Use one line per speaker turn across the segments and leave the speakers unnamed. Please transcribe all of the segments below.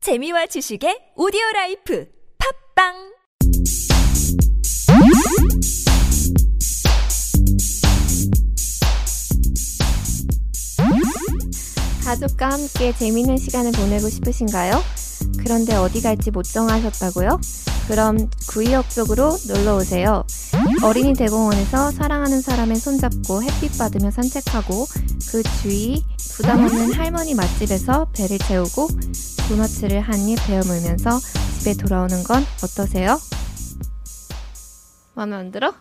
재미와 지식의 오디오 라이프 팝빵
가족과 함께 재미있는 시간을 보내고 싶으신가요? 그런데 어디 갈지 못 정하셨다고요? 그럼 구의역 쪽으로 놀러 오세요. 어린이 대공원에서 사랑하는 사람의 손잡고 햇빛 받으며 산책하고 그 주위 부담 없는 할머니 맛집에서 배를 채우고 도너츠를 한 입 베어 물면서 집에 돌아오는 건 어떠세요? 마음에 안 들어?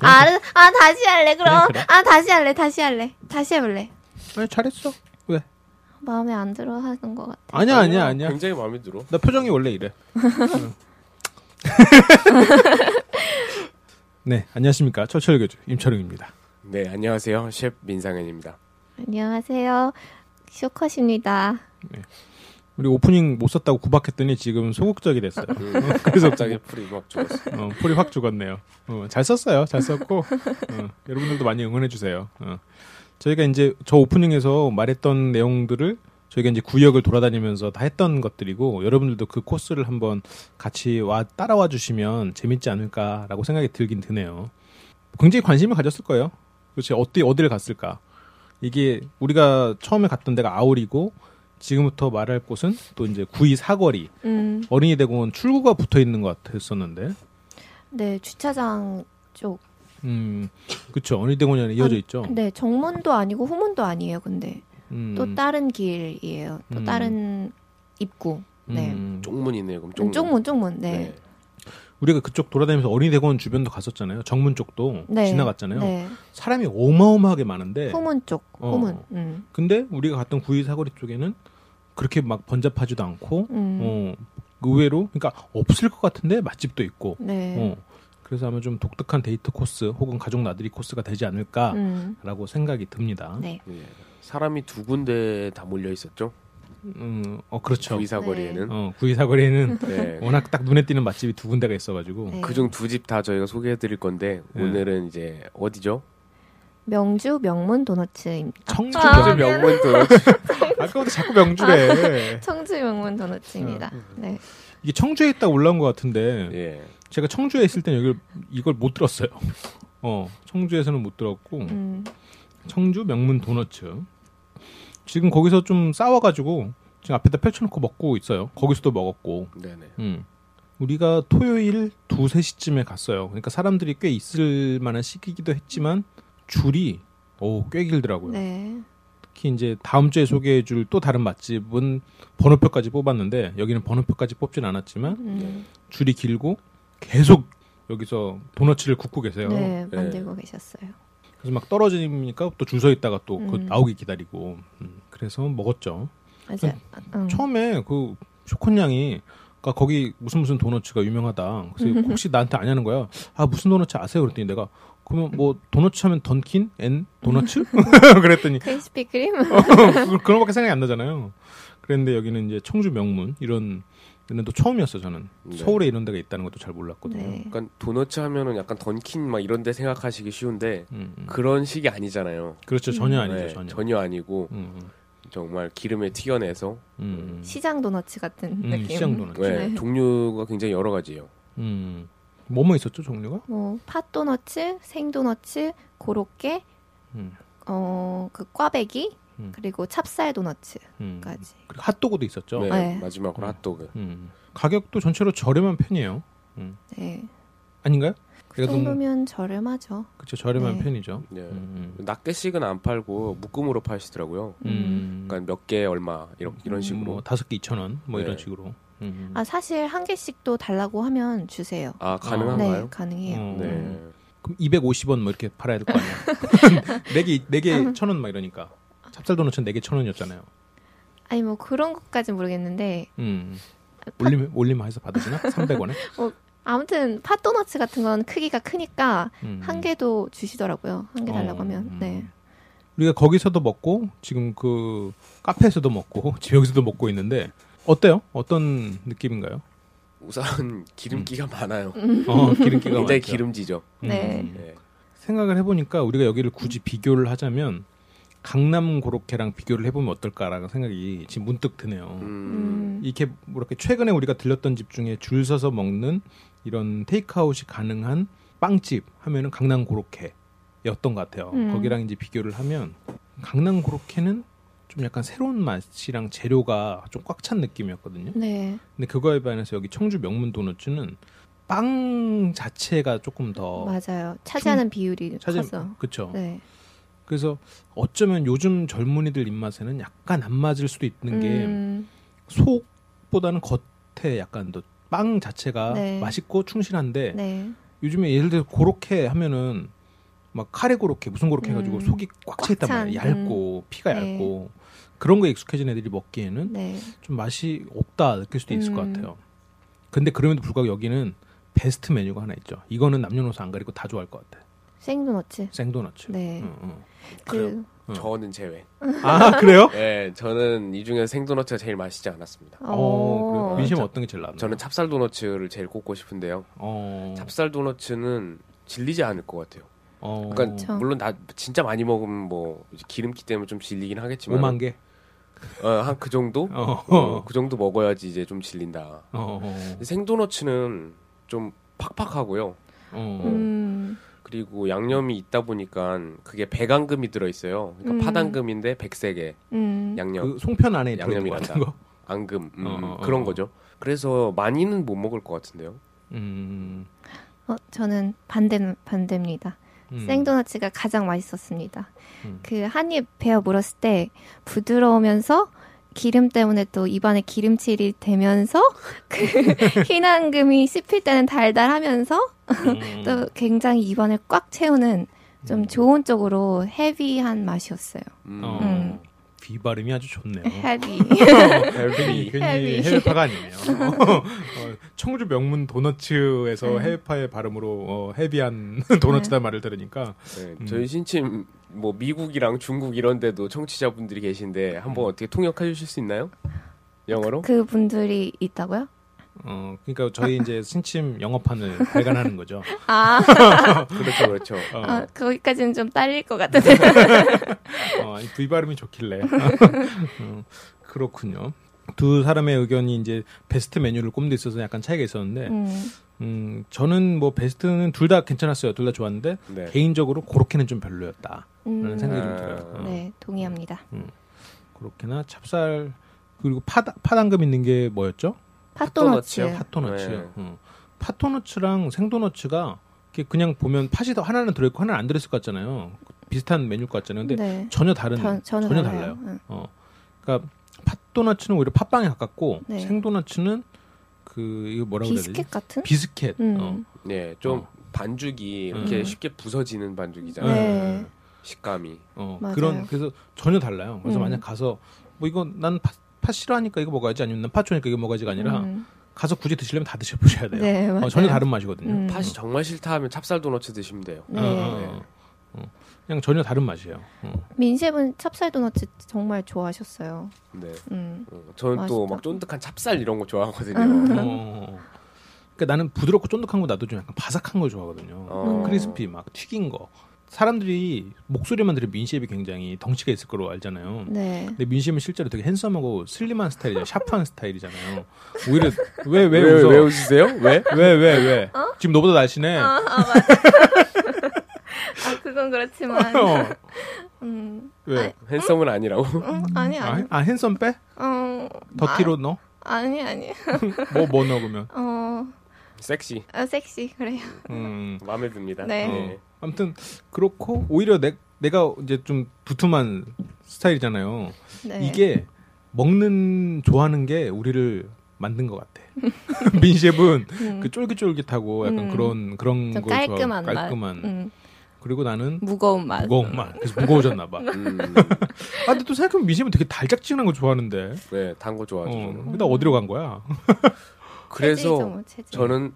아, 알았- 아 다시 할래 그럼
그래, 그래.
아 다시 할래 다시 할래 다시 해볼래
아니 네, 잘했어. 왜?
마음에 안 들어 하는 것 같아.
아니야 아니야 아니야.
굉장히 마음에 들어.
나 표정이 원래 이래. 응. 네 안녕하십니까 철철 교주 임철웅입니다.
네, 안녕하세요. 셰프 민상현입니다.
안녕하세요. 쇼컷입니다.
우리 오프닝 못 썼다고 구박했더니 지금 소극적이 됐어요. 그래서
음, 갑자기 풀이 막 좋았어.
어, 풀이 확 죽었네요. 어, 잘 썼어요. 잘 썼고 어, 여러분들도 많이 응원해 주세요. 어. 저희가 이제 저 오프닝에서 말했던 내용들을 저희가 이제 구역을 돌아다니면서 다 했던 것들이고 여러분들도 그 코스를 한번 같이 와 따라와 주시면 재밌지 않을까라고 생각이 들긴 드네요. 굉장히 관심을 가졌을 거예요. 도대체 어디 어디를 갔을까? 이게 우리가 처음에 갔던 데가 아울이고 지금부터 말할 곳은 또 이제 구이 사거리
음,
어린이 대공원 출구가 붙어 있는 것 같았었는데
네 주차장 쪽.
음, 그쵸. 어린이대공원이 이어져
아,
있죠.
네 정문도 아니고 후문도 아니에요. 근데
음,
또 다른 길이에요. 또
음.
다른 입구. 네.
음,
쪽문이네요. 그럼 쪽문.
쪽문 쪽문. 네.
네.
우리가 그쪽 돌아다니면서 어린이대공원 주변도 갔었잖아요. 정문 쪽도
네.
지나갔잖아요.
네.
사람이 어마어마하게 많은데,
후문 쪽.
어.
후문. 음.
근데 우리가 갔던 구이 사거리 쪽에는 그렇게 막 번잡하지도 않고,
음.
어, 의외로, 그러니까 없을 것 같은데 맛집도 있고,
네.
어, 그래서 아마 좀 독특한 데이트 코스 혹은 가족 나들이 코스가 되지 않을까라고
음.
생각이 듭니다.
네.
예. 사람이 두 군데 다 몰려 있었죠.
음, 어, 그렇죠.
구이사 거리에는.
어, 구이 사거리에는
네.
워낙 딱 눈에 띄는 맛집이 두 군데가 있어가지고,
네.
그중 두 집 다 저희가 소개해 드릴 건데
예.
오늘은 이제 어디죠?
명주 명문 도너츠입니다.
청주
아,
청주
아,
명문도
아까부터 자꾸 명주래.
청주 명문 도너츠입니다.
어.
네.
이게 청주에 있다 올라온 것 같은데
예.
제가 청주에 있을 땐 여기 이걸 못 들었어요. 어, 청주에서는 못 들었고
음.
청주 명문 도너츠. 지금 거기서 좀 싸워가지고 지금 앞에다 펼쳐놓고 먹고 있어요. 거기서도 먹었고,
네, 네.
음. 우리가 토요일 두세 시쯤에 갔어요. 그러니까 사람들이 꽤 있을 만한 시기이기도 했지만 줄이 오, 꽤 길더라고요.
네.
특히 이제 다음 주에 소개해 줄 또 다른 맛집은 번호표까지 뽑았는데 여기는 번호표까지 뽑진 않았지만
음.
줄이 길고 계속 여기서 도너츠를 굽고 계세요.
네. 만들고 계셨어요.
그래서 막 떨어지니까 또 줄 서 있다가 또 그
음.
나오기 기다리고 음, 그래서 먹었죠.
맞아. 음.
처음에 그 쇼콘양이 그러니까 거기 무슨 무슨 도너츠가 유명하다. 그래서
음.
혹시 나한테 아냐는 거야. 아 무슨 도너츠 아세요? 그랬더니 내가 그러면 뭐 도너츠 하면 던킨 앤 도너츠? 그랬더니
크리스피 크림?
어, 그런 밖에 생각이 안 나잖아요. 그런데 여기는 이제 청주 명문 이런 데는 또 처음이었어 저는
네.
서울에 이런 데가 있다는 것도 잘 몰랐거든요.
네.
약간 도너츠 하면은 약간 던킨 막 이런 데 생각하시기 쉬운데
음, 음.
그런 식이 아니잖아요.
그렇죠 전혀 아니죠
네,
전혀.
아니고
음,
정말 기름에 튀겨내서
음, 음.
시장 도너츠 같은
음,
느낌.
시장 도넛.
네,
네.
종류가 굉장히 여러 가지예요.
음. 뭐뭐 있었죠 종류가?
뭐 팥도너츠, 생도너츠, 고로케,
음,
어그 꽈배기,
음.
그리고 찹쌀 도너츠까지.
음. 그리고 핫도그도 있었죠.
네,
네.
마지막으로 핫도그.
음. 가격도 전체로 저렴한 편이에요.
네.
아닌가요? 뭐
그 정도면 저렴하죠.
그렇죠 저렴한
네.
편이죠.
네.
음, 음.
낱개씩은 안 팔고 묶음으로 파시더라고요.
음.
그러니까 몇 개 얼마 이런 이런 식으로.
뭐 다섯 개 이천 원 뭐 이런
네.
식으로. 음.
아 사실 한 개씩 또 달라고 하면 주세요.
아
네,
가능한가요?
가능해요.
어.
네.
그럼 250원 뭐 이렇게 팔아야 될 거 아니야? 4개, 네개
음.
천원 막 이러니까. 찹쌀 도넛은 4개 천원이었잖아요.
아니 뭐 그런 것까진 모르겠는데
음. 올림, 올림 해서 받으시나? 300원에?
아무튼 팥도너츠 같은 건 크기가 크니까 한 개도 주시더라고요. 한 개 달라고
음. 어,
하면.
음.
네.
우리가 거기서도 먹고, 지금 그 카페에서도 먹고, 지금 여기서도 먹고 있는데, 어때요? 어떤 느낌인가요?
우선 기름기가 많아요.
어, 음. 기름기가
굉장히
많죠. 음.
기름지죠.
네.
네.
생각을 해보니까 우리가 여기를 굳이 비교를 하자면 강남 고로케랑 비교를 해보면 어떨까라는 생각이 지금 문득 드네요.
음.
음,
이렇게 뭐 이렇게 최근에 우리가 들렸던 집 중에 줄 서서 먹는 이런 테이크아웃이 가능한 빵집 하면은 강남 고로케였던 것 같아요.
음.
거기랑 이제 비교를 하면 강남 고로케는 좀 약간 새로운 맛이랑 재료가 좀 꽉 찬 느낌이었거든요.
네.
근데 그거에 반해서 여기 청주 명문 도너츠는 빵 자체가 조금 더
맞아요. 차지하는 비율이
어. 차지
커서.
그렇죠.
네.
그래서 어쩌면 요즘 젊은이들 입맛에는 약간 안 맞을 수도 있는 게
음,
속보다는 겉에 약간 더 빵 자체가
네.
맛있고 충실한데
네.
요즘에 예를 들어 고로케 하면은 막 카레 고로케 무슨 고로케 해가지고
음.
속이 꽉 차 있단
꽉 찬,
말이야 얇고 피가
네.
얇고 그런 거 익숙해진 애들이 먹기에는
네.
좀 맛이 없다 느낄 수도 있을 것
음.
같아요. 근데 그럼에도 불구하고 여기는 베스트 메뉴가 하나 있죠. 이거는 남녀노소 안 가리고 다 좋아할 것 같아.
생도너츠.
생도너츠.
네.
응, 응.
그,
음.
저는 제외.
아 그래요?
예, 저는 이 중에 생도너츠가 제일 맛있지 않았습니다.
어,
어,
민심 어떤 게 제일 나나요?
저는 찹쌀 도너츠를 제일 꼽고 싶은데요.
어,
찹쌀 도너츠는 질리지 않을 것 같아요.
어,
그러니까
그쵸.
물론 나 진짜 많이 먹으면 뭐 이제 기름기 때문에 좀 질리긴 하겠지만
5만 개.
한 그 정도?
어,
어,
어,
그 정도 먹어야지 이제 좀 질린다.
어,
생도너츠는 좀 팍팍하고요.
어.
음,
그리고 양념이 있다 보니까 그게 배당금이 들어 있어요. 그러니까
음.
파당금인데 백색의
음.
양념,
그 송편 안에 들어있는 것
양념이란다.
같은 거.
앙금 음,
어, 어, 어.
그런 거죠. 그래서 많이는 못 먹을 것 같은데요.
음,
어, 저는 반대 반대입니다.
음.
생도너츠가 가장 맛있었습니다.
음.
그 한입 베어 물었을 때 부드러우면서 기름 때문에 또 입안에 기름칠이 되면서 그 흰한금이 씹힐 때는 달달하면서
음.
또 굉장히 입안을 꽉 채우는 좀
음.
좋은 쪽으로 헤비한 맛이었어요.
음.
어.
음.
비발음이 아주 좋네요.
헤비.
괜히, 괜히
헤비.
해외파가 아니네요. 어, 청주 명문
네.
도너츠에서 해외파의 발음으로 어, 헤비한 도너츠다
음.
말을 들으니까
네,
음.
저희 신침 뭐 미국이랑 중국 이런 데도 청취자분들이 계신데
음.
한번 어떻게 통역해 주실 수 있나요? 영어로?
그 분들이 있다고요?
어, 그러니까 저희 이제 신침 영업판을 발간하는 거죠.
아,
그렇죠, 그렇죠.
어,
아, 거기까지는 좀 딸릴 것 같은데.
어, 이 V 발음이 좋길래. 어, 그렇군요. 두 사람의 의견이 이제 베스트 메뉴를 꼽는 데 있어서 약간 차이가 있었는데,
음,
음, 저는 뭐 베스트는 둘 다 괜찮았어요. 둘 다 좋았는데,
네.
개인적으로 고로케는 좀 별로였다. 라는
음,
생각이 좀
아.
들어요. 어,
네, 동의합니다.
고로케나 찹쌀, 그리고 파다, 파당금 있는 게 뭐였죠?
팥도너츠.
팥도너츠요?
팥도너츠.
네.
어. 팥도너츠랑 생도너츠가 이렇게 그냥 보면 팥이 더 하나는 들어있고 하나는 안 들어있을 것 같잖아요. 비슷한 메뉴일 것 같잖아요. 근데
네.
전혀 다른,
전- 전혀,
전혀
달라요. 음,
달라요.
응.
어. 그러니까 팥도너츠는 오히려 팥빵에 가깝고
네.
생도너츠는 그 이거 뭐라고 해야 되지?
비스켓 같은?
비스켓.
음.
어.
네, 좀
어.
반죽이 이렇게
음.
쉽게 부서지는 반죽이잖아요.
네.
식감이.
어.
맞아요.
그런 그래서 전혀 달라요. 그래서
음.
만약 가서 뭐 이거 난 팥 싫어하니까 이거 먹어야지 아니면 난팥 좋아하니까 이거 먹어야지가 아니라
음.
가서 굳이 드시려면 다 드셔 보셔야 돼요.
네,
어,
맞아요.
전혀 다른 맛이거든요.
음.
팥이 정말 싫다 하면 찹쌀 도너츠 드시면 돼요.
네.
어, 어, 어. 어. 그냥 전혀 다른 맛이에요. 어.
민셰프는 찹쌀 도너츠 정말 좋아하셨어요.
네.
음.
어, 저는 또
맛있다.
막 쫀득한 찹쌀 이런 거
음.
어,
좋아하거든요. 네.
어, 어. 그러니까 나는 부드럽고 쫀득한 거 나도 좀 약간 바삭한 걸 좋아하거든요.
어.
크리스피 막 튀긴 거. 사람들이 목소리만 들으면 민셰이 굉장히 덩치가 있을 거로 알잖아요.
네.
근데 민심은 실제로 되게 핸섬하고 슬림한 스타일이잖아요. 샤프한 스타일이잖아요. 오히려 왜 왜
왜, 왜,
웃어? 왜 왜 왜
웃으세요? 왜?
지금 너보다 날씬해.
어? 아, 아, 맞아. 아, 그건 그렇지만.
어,
음.
왜?
핸섬은 아니라고.
음, 아니,
아,
아니.
아 핸섬 빼?
어.
더티로 넣어?
아, 아니, 아니.
뭐뭐 넣어 그러면?
어.
섹시.
아, 섹시 그래요.
음.
마음에 듭니다.
네.
어. 아무튼 그렇고 오히려 내, 내가 이제 좀 두툼한 스타일이잖아요.
네.
이게 먹는 좋아하는 게 우리를 만든 것 같아. 민셰프는
음.
그 쫄깃쫄깃하고 약간
음.
그런 그런
좀
걸 좋아하고
깔끔한 맛.
깔끔한.
음.
그리고 나는
무거운 맛.
무거운 맛. 그래서 무거워졌나 봐.
음,
아 근데 또 생각해보면 민심은 되게 달짝지근한 거 좋아하는데.
네, 단 거
어,
좋아하죠. 저는.
근데 나 어디로 간 거야?
체질이죠,
그래서
뭐, 체질.
저는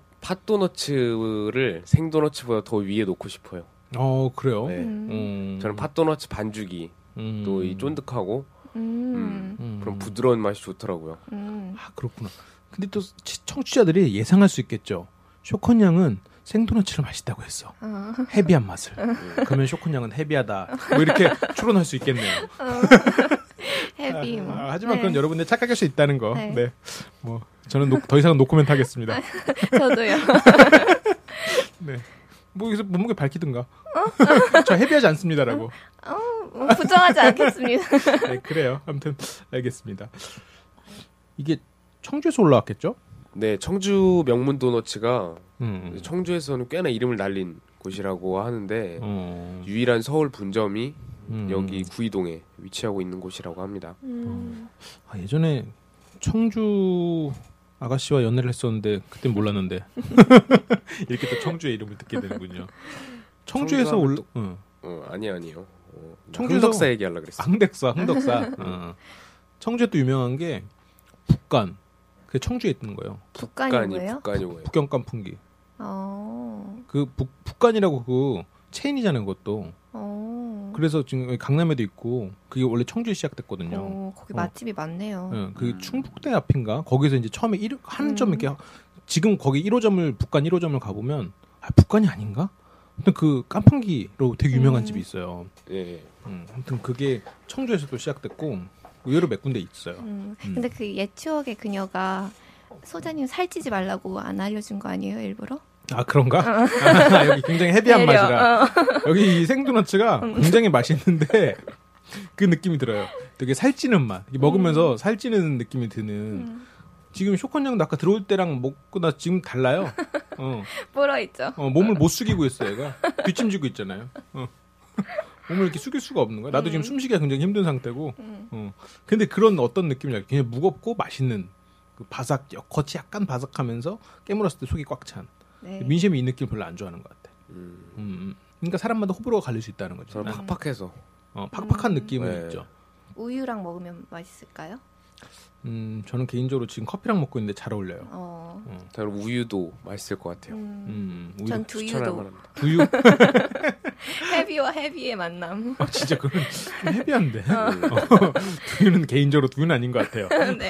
팥도너츠를 생도너츠보다 더 위에 놓고 싶어요.
어 그래요.
네.
음.
음,
저는 팥도너츠 반죽이
음.
또 이 쫀득하고
음.
음.
그런 부드러운 맛이 좋더라고요.
음.
아 그렇구나. 근데 또 시- 청취자들이 예상할 수 있겠죠. 쇼컨 양은 생도너츠를 맛있다고 했어.
어.
헤비한 맛을.
아. 네.
그러면 쇼콘양은 헤비하다. 뭐 이렇게 추론할 수 있겠네요.
헤비 어. 뭐.
아, 하지만
네.
그건 여러분들 착각할 수 있다는 거.
네.
네. 뭐 저는 노- 더 이상은 노코멘트 하겠습니다.
저도요.
네. 뭐 여기서 몸무게 밝히든가. 저 헤비하지 않습니다라고.
음, 부정하지 않겠습니다.
네, 그래요. 아무튼 알겠습니다. 이게 청주에서 올라왔겠죠?
네, 청주 명문 도너츠가
음.
청주에서는 꽤나 이름을 날린 곳이라고 하는데
어,
유일한 서울 분점이
음.
음. 여기 구이동에 위치하고 있는 곳이라고 합니다.
음,
아, 예전에 청주 아가씨와 연애를 했었는데 그땐 몰랐는데 이렇게 또 청주의 이름을 듣게 되는군요. 청주에서
청주
올
하면
응.
어, 아니 아니요. 어,
청주에서-
청주 덕사 얘기하려 그랬어.
흥덕사 흥덕사 어. 청주에 또 유명한 게 북간 그게 청주에 있는 거예요.
북한이 뭐예요?
북간이고요.
북경간 풍기
어,
그 북, 북간이라고 그 체인이잖아요 그것도
어,
그래서 지금 여기 강남에도 있고 그게 원래 청주에 시작됐거든요.
어, 거기
어.
맛집이 많네요.
예, 그게 충북대 앞인가 거기서 이제 처음에 일, 한점 이렇게 하- 지금 거기 1호점을 북간 1호점을 가보면 아 북간이 아닌가? 근데 그 깐풍기로 되게 유명한
음.
집이 있어요.
예.
음, 아무튼 그게 청주에서도 시작됐고 의외로 몇 군데 있어요.
음,
음.
근데 그 옛 추억의 그녀가 소장님 살찌지 말라고 안 알려준 거 아니에요, 일부러?
아 그런가? 아, 여기 굉장히 헤비한
어. 내려.
맛이라
어.
여기 이 생도너츠가 굉장히 맛있는데 그 느낌이 들어요. 되게 살찌는 맛. 이게 먹으면서 살찌는 느낌이 드는.
음,
지금 쇼컨양도 아까 들어올 때랑 먹고 나 지금 달라요. 어,
불어 있죠.
어, 몸을 못 숙이고 있어 얘가 뒷짐지고 있잖아요. 어. 몸을 이렇게 숙일 수가 없는 거야. 나도 지금 숨쉬기가 굉장히 힘든 상태고.
음.
어. 근데 그런 어떤 느낌이냐? 그냥 무겁고 맛있는 그 바삭 겉이 약간 바삭하면서 깨물었을 때 속이 꽉 찬.
네.
민심이 이 느낌 을 별로 안 좋아하는 것 같아.
음,
음, 음. 그러니까 사람마다 호불호가 갈릴 수 있다는 거죠.
저는 팍팍해서
어,
음.
팍팍한 느낌은
네.
있죠.
우유랑 먹으면 맛있을까요?
음, 저는 개인적으로 지금 커피랑 먹고 있는데 잘 어울려요.
어,
저는 우유도 맛있을 것 같아요.
음,
음, 오히려
전
추천할
두유도
만합니다.
두유
헤비와 헤비의 만남.
아, 진짜 그건 좀 헤비한데 어, 두유는 개인적으로 두유는 아닌 것 같아요.
네.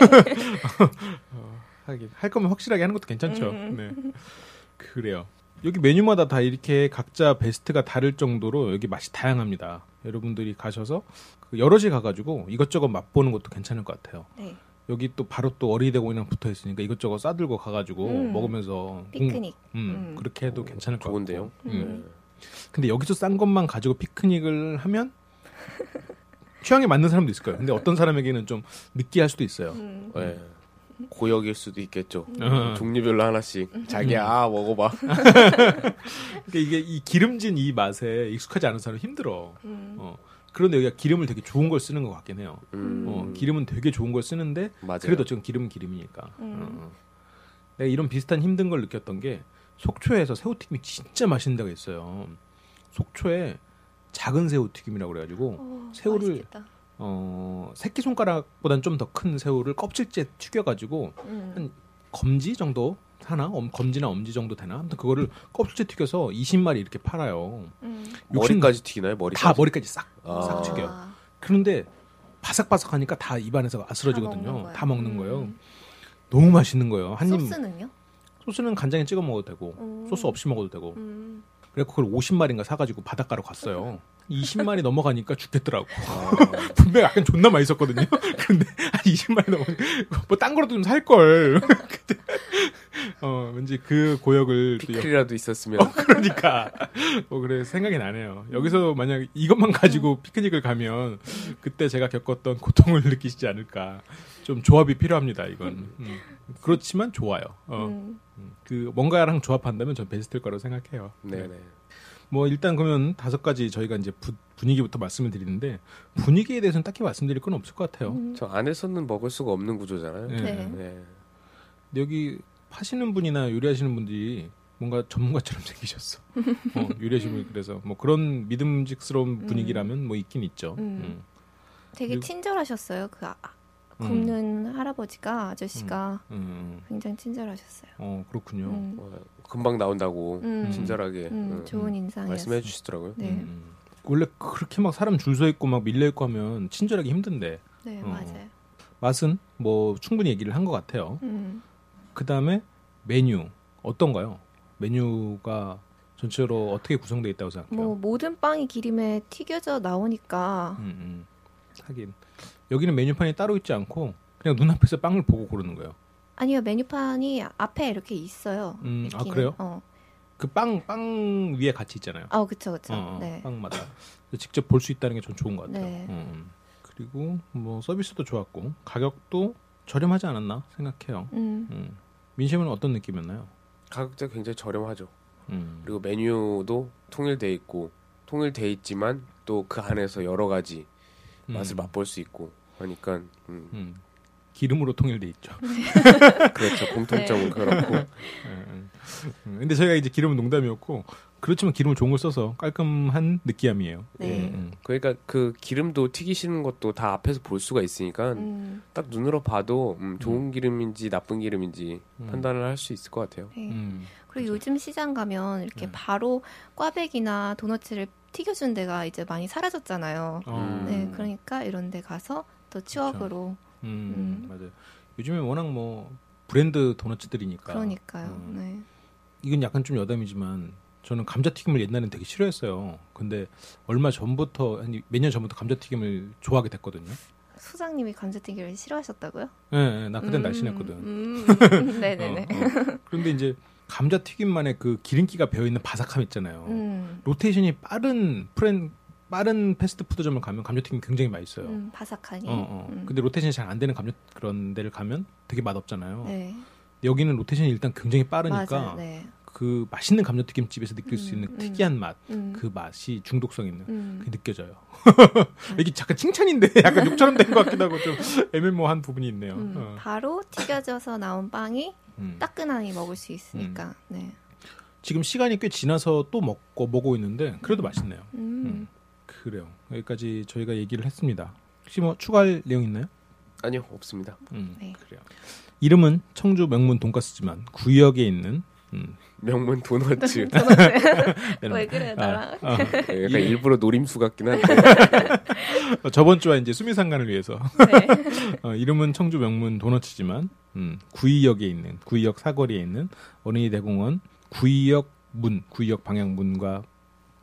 하긴 할 거면 확실하게 하는 것도 괜찮죠.
음.
네. 그래요. 여기 메뉴마다 다 이렇게 각자 베스트가 다를 정도로 여기 맛이 다양합니다. 여러분들이 가셔서 그 여러 집 가가지고 이것저것 맛보는 것도 괜찮을 것 같아요.
네.
여기 또 바로 또 어린이대공이랑 붙어 있으니까 이것저것 싸들고 가가지고
음.
먹으면서 공부-
피크닉.
음,
음.
그렇게 해도 괜찮을 것
좋은데요. 네.
같고. 음.
음.
근데 여기서 싼 것만 가지고 피크닉을 하면 취향에 맞는 사람도 있을 거예요. 근데 어떤 사람에게는 좀 느끼할 수도 있어요.
음.
예. 고역일 수도 있겠죠. 어,
음.
종류별로 하나씩.
음.
자기야 아, 먹어봐.
그러니까 이게 이 기름진 이 맛에 익숙하지 않은 사람은 힘들어.
음.
어. 그런데 여기가 기름을 되게 좋은 걸 쓰는 것 같긴 해요.
음,
어, 기름은 되게 좋은 걸 쓰는데
맞아요.
그래도 지금 기름은 기름이니까.
음.
어. 내가 이런 비슷한 힘든 걸 느꼈던 게 속초에서 새우튀김이 진짜 맛있는 데가 있어요. 속초에 작은 새우튀김이라고 그래가지고
어,
새우를-
맛있겠다.
어, 새끼 손가락보단 좀 더 큰 새우를 껍질째 튀겨가지고
음.
한 검지 정도 하나, 엄, 검지나 엄지 정도 되나, 아무튼 그거를 껍질째 튀겨서 20마리 이렇게 팔아요.
음.
머리까지 튀기나요? 머리까지.
다 머리까지 싹 싹
아.
튀겨요.
아,
그런데 바삭바삭하니까 다 입안에서
다 먹는
아스러지거든요.
거예요.
다 먹는 거예요.
음.
너무 맛있는 거예요. 한 입.
소스는요?
소스는 간장에 찍어 먹어도 되고
음.
소스 없이 먹어도 되고.
음.
그래서 그걸 50마리인가 사가지고 바닷가로 갔어요. 20마리 넘어가니까 죽겠더라고.
아,
분명 약간 존나 맛있었거든요. 근데 한 20마리 넘어 뭐딴 거라도 좀 살 걸. 근데 어 왠지 그 고역을 또 여-
피클이라도 있었으면
어?
그러니까 뭐 그래 생각이 나네요. 여기서 만약 이것만 가지고 피크닉을 가면 그때 제가 겪었던 고통을 느끼시지 않을까. 좀 조합이 필요합니다. 이건 음. 그렇지만 좋아요. 어,
음.
그 뭔가랑 조합한다면 전 베스트일 거라고 생각해요.
네네.
뭐 일단 그러면 다섯 가지 저희가 이제 부- 분위기부터 말씀을 드리는데 분위기에 대해서는 딱히 말씀드릴 건 없을 것 같아요.
음.
저 안에서는 먹을 수가 없는 구조잖아요.
예.
네.
네.
근데 여기 파시는 분이나 요리하시는 분들이 뭔가 전문가처럼 생기셨어. 어, 요리하시는 분이 그래서 뭐 그런 믿음직스러운 분위기라면 뭐 있긴 있죠.
음.
음.
되게
그리고-
친절하셨어요. 그 아, 아,
음.
굽는 할아버지가 아저씨가
음.
굉장히 친절하셨어요.
어 그렇군요.
음.
어, 금방 나온다고
음.
친절하게
음,
음,
좋은 인상이었어요.
말씀해 주시더라고요.
네,
음. 원래 그렇게 막 사람 줄 서 있고 막 밀려 있고 하면 친절하기 힘든데
네
어.
맞아요.
맛은 뭐 충분히 얘기를 한 것 같아요.
음.
그 다음에 메뉴 어떤가요? 메뉴가 전체로 어떻게 구성돼 있다고 생각해요?
뭐 모든 빵이 기름에 튀겨져 나오니까
음, 음. 하긴 여기는 메뉴판이 따로 있지 않고 그냥 눈앞에서 빵을 보고 고르는 거예요.
아니요 메뉴판이 앞에 이렇게 있어요.
음, 아
있기는.
그래요?
어,
그 빵 빵 위에 같이 있잖아요.
아 그쵸 그쵸.
어, 어,
네.
빵마다 그래서 직접 볼 수 있다는 게 전 좋은 것 같아요.
네.
음. 그리고 뭐 서비스도 좋았고 가격도 저렴하지 않았나 생각해요.
음,
음. 민심은 어떤 느낌이었나요?
가격대 굉장히 저렴하죠.
음.
그리고 메뉴도 통일돼 있고 통일돼 있지만 또 그 안에서 여러 가지
음.
맛을 맛볼 수 있고 하니까 음,
음. 기름으로 통일돼 있죠.
그렇죠
네.
공통점은 그렇고
음. 음. 근데 저희가 이제 기름은 농담이었고 그렇지만 기름을 좋은 걸 써서 깔끔한 느끼함이에요.
네.
음.
그러니까 그 기름도 튀기시는 것도 다 앞에서 볼 수가 있으니까
음,
딱 눈으로 봐도 음, 좋은 기름인지 나쁜 기름인지 판단을 할 수 있을 것 같아요.
네.
음.
그리고 요즘 시장 가면 이렇게
네.
바로 꽈배기나 도너츠를 튀겨준 데가 이제 많이 사라졌잖아요.
어.
음.
네, 그러니까 이런 데 가서 또 추억으로
음, 맞아요. 요즘에 워낙 뭐 브랜드 도넛들이니까.
그러니까요
음.
네.
이건 약간 좀 여담이지만 저는 감자튀김을 옛날엔 되게 싫어했어요. 근데 얼마 전부터 아니 몇 년 전부터 감자튀김을 좋아하게 됐거든요.
소장님이 감자튀김을 싫어하셨다고요?
예, 예, 나 그때
음,
날씬했거든.
음, 네네네.
어, 어. 그런데 이제 감자튀김만의 그 기름기가 배어 있는 바삭함 있잖아요.
음,
로테이션이 빠른 프랜 빠른 패스트푸드점을 가면 감자튀김 굉장히 맛있어요.
음, 바삭하니.
어, 어.
음.
근데 로테이션이 잘 안 되는 감자 그런 데를 가면 되게 맛없잖아요.
네.
여기는 로테이션이 일단 굉장히 어, 빠르니까
맞아요. 네.
그 맛있는 감자튀김 집에서 느낄 수 있는
음, 음.
특이한 맛,
음,
그 맛이 중독성 있는
음.
그게 느껴져요. 이게 잠깐 칭찬인데 약간 욕처럼 된 것 같기도 하고 좀 애매모호한 부분이 있네요.
음,
어.
바로 튀겨져서 나온 빵이
음.
따끈하니 먹을 수 있으니까. 네.
지금 시간이 꽤 지나서 또 먹고 먹고 있는데 그래도 맛있네요.
음.
음. 그래요. 여기까지 저희가 얘기를 했습니다. 혹시 뭐 추가할 내용 있나요?
아니요 없습니다.
음,
네.
그래요. 이름은 청주 명문 돈가스지만 구역에 있는 음,
명문 도너츠
왜 그래 나랑?
아,
예, 약간 일부러 노림수 같긴 한데
아, 저번 주와 이제 수미상관을 위해서
네.
어, 이름은 청주 명문 도너츠지만 음, 구이역에 있는 구이역 사거리에 있는 어린이 대공원 구이역 문 구이역 방향 문과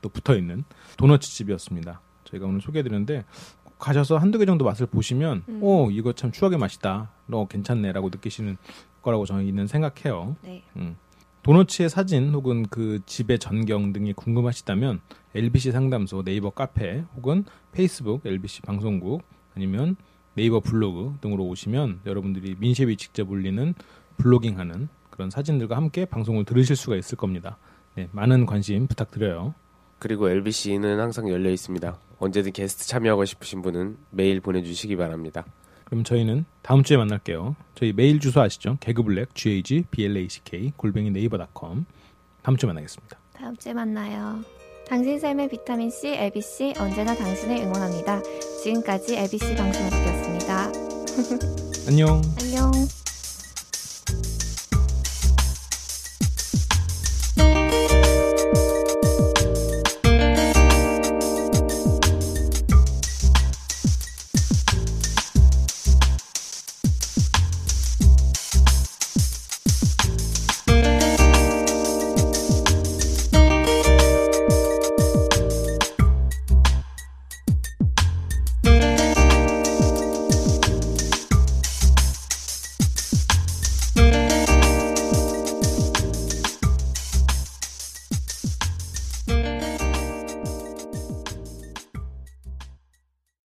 또 붙어 있는 도너츠 집이었습니다. 저희가 오늘 소개해드렸는데 꼭 가셔서 한두개 정도 맛을 보시면
음.
오 이거 참 추억의 맛이다. 너 괜찮네라고 느끼시는 거라고 저희는 생각해요.
네.
음. 도너츠의 사진 혹은 그 집의 전경 등이 궁금하시다면 LBC 상담소 네이버 카페 혹은 페이스북 LBC 방송국 아니면 네이버 블로그 등으로 오시면 여러분들이 민셰이 직접 올리는 블로깅하는 그런 사진들과 함께 방송을 들으실 수가 있을 겁니다. 네, 많은 관심 부탁드려요.
그리고 LBC는 항상 열려 있습니다. 언제든 게스트 참여하고 싶으신 분은 메일 보내주시기 바랍니다.
그럼 저희는 다음 주에 만날게요. 저희 메일 주소 아시죠? 개그블랙 g a g b l a c k 골뱅이 네이버닷컴 다음 주에 만나겠습니다.
다음 주에 만나요. 당신 삶의 비타민 C, LBC 언제나 당신을 응원합니다. 지금까지 LBC 방송국이었습니다.
안녕.
안녕.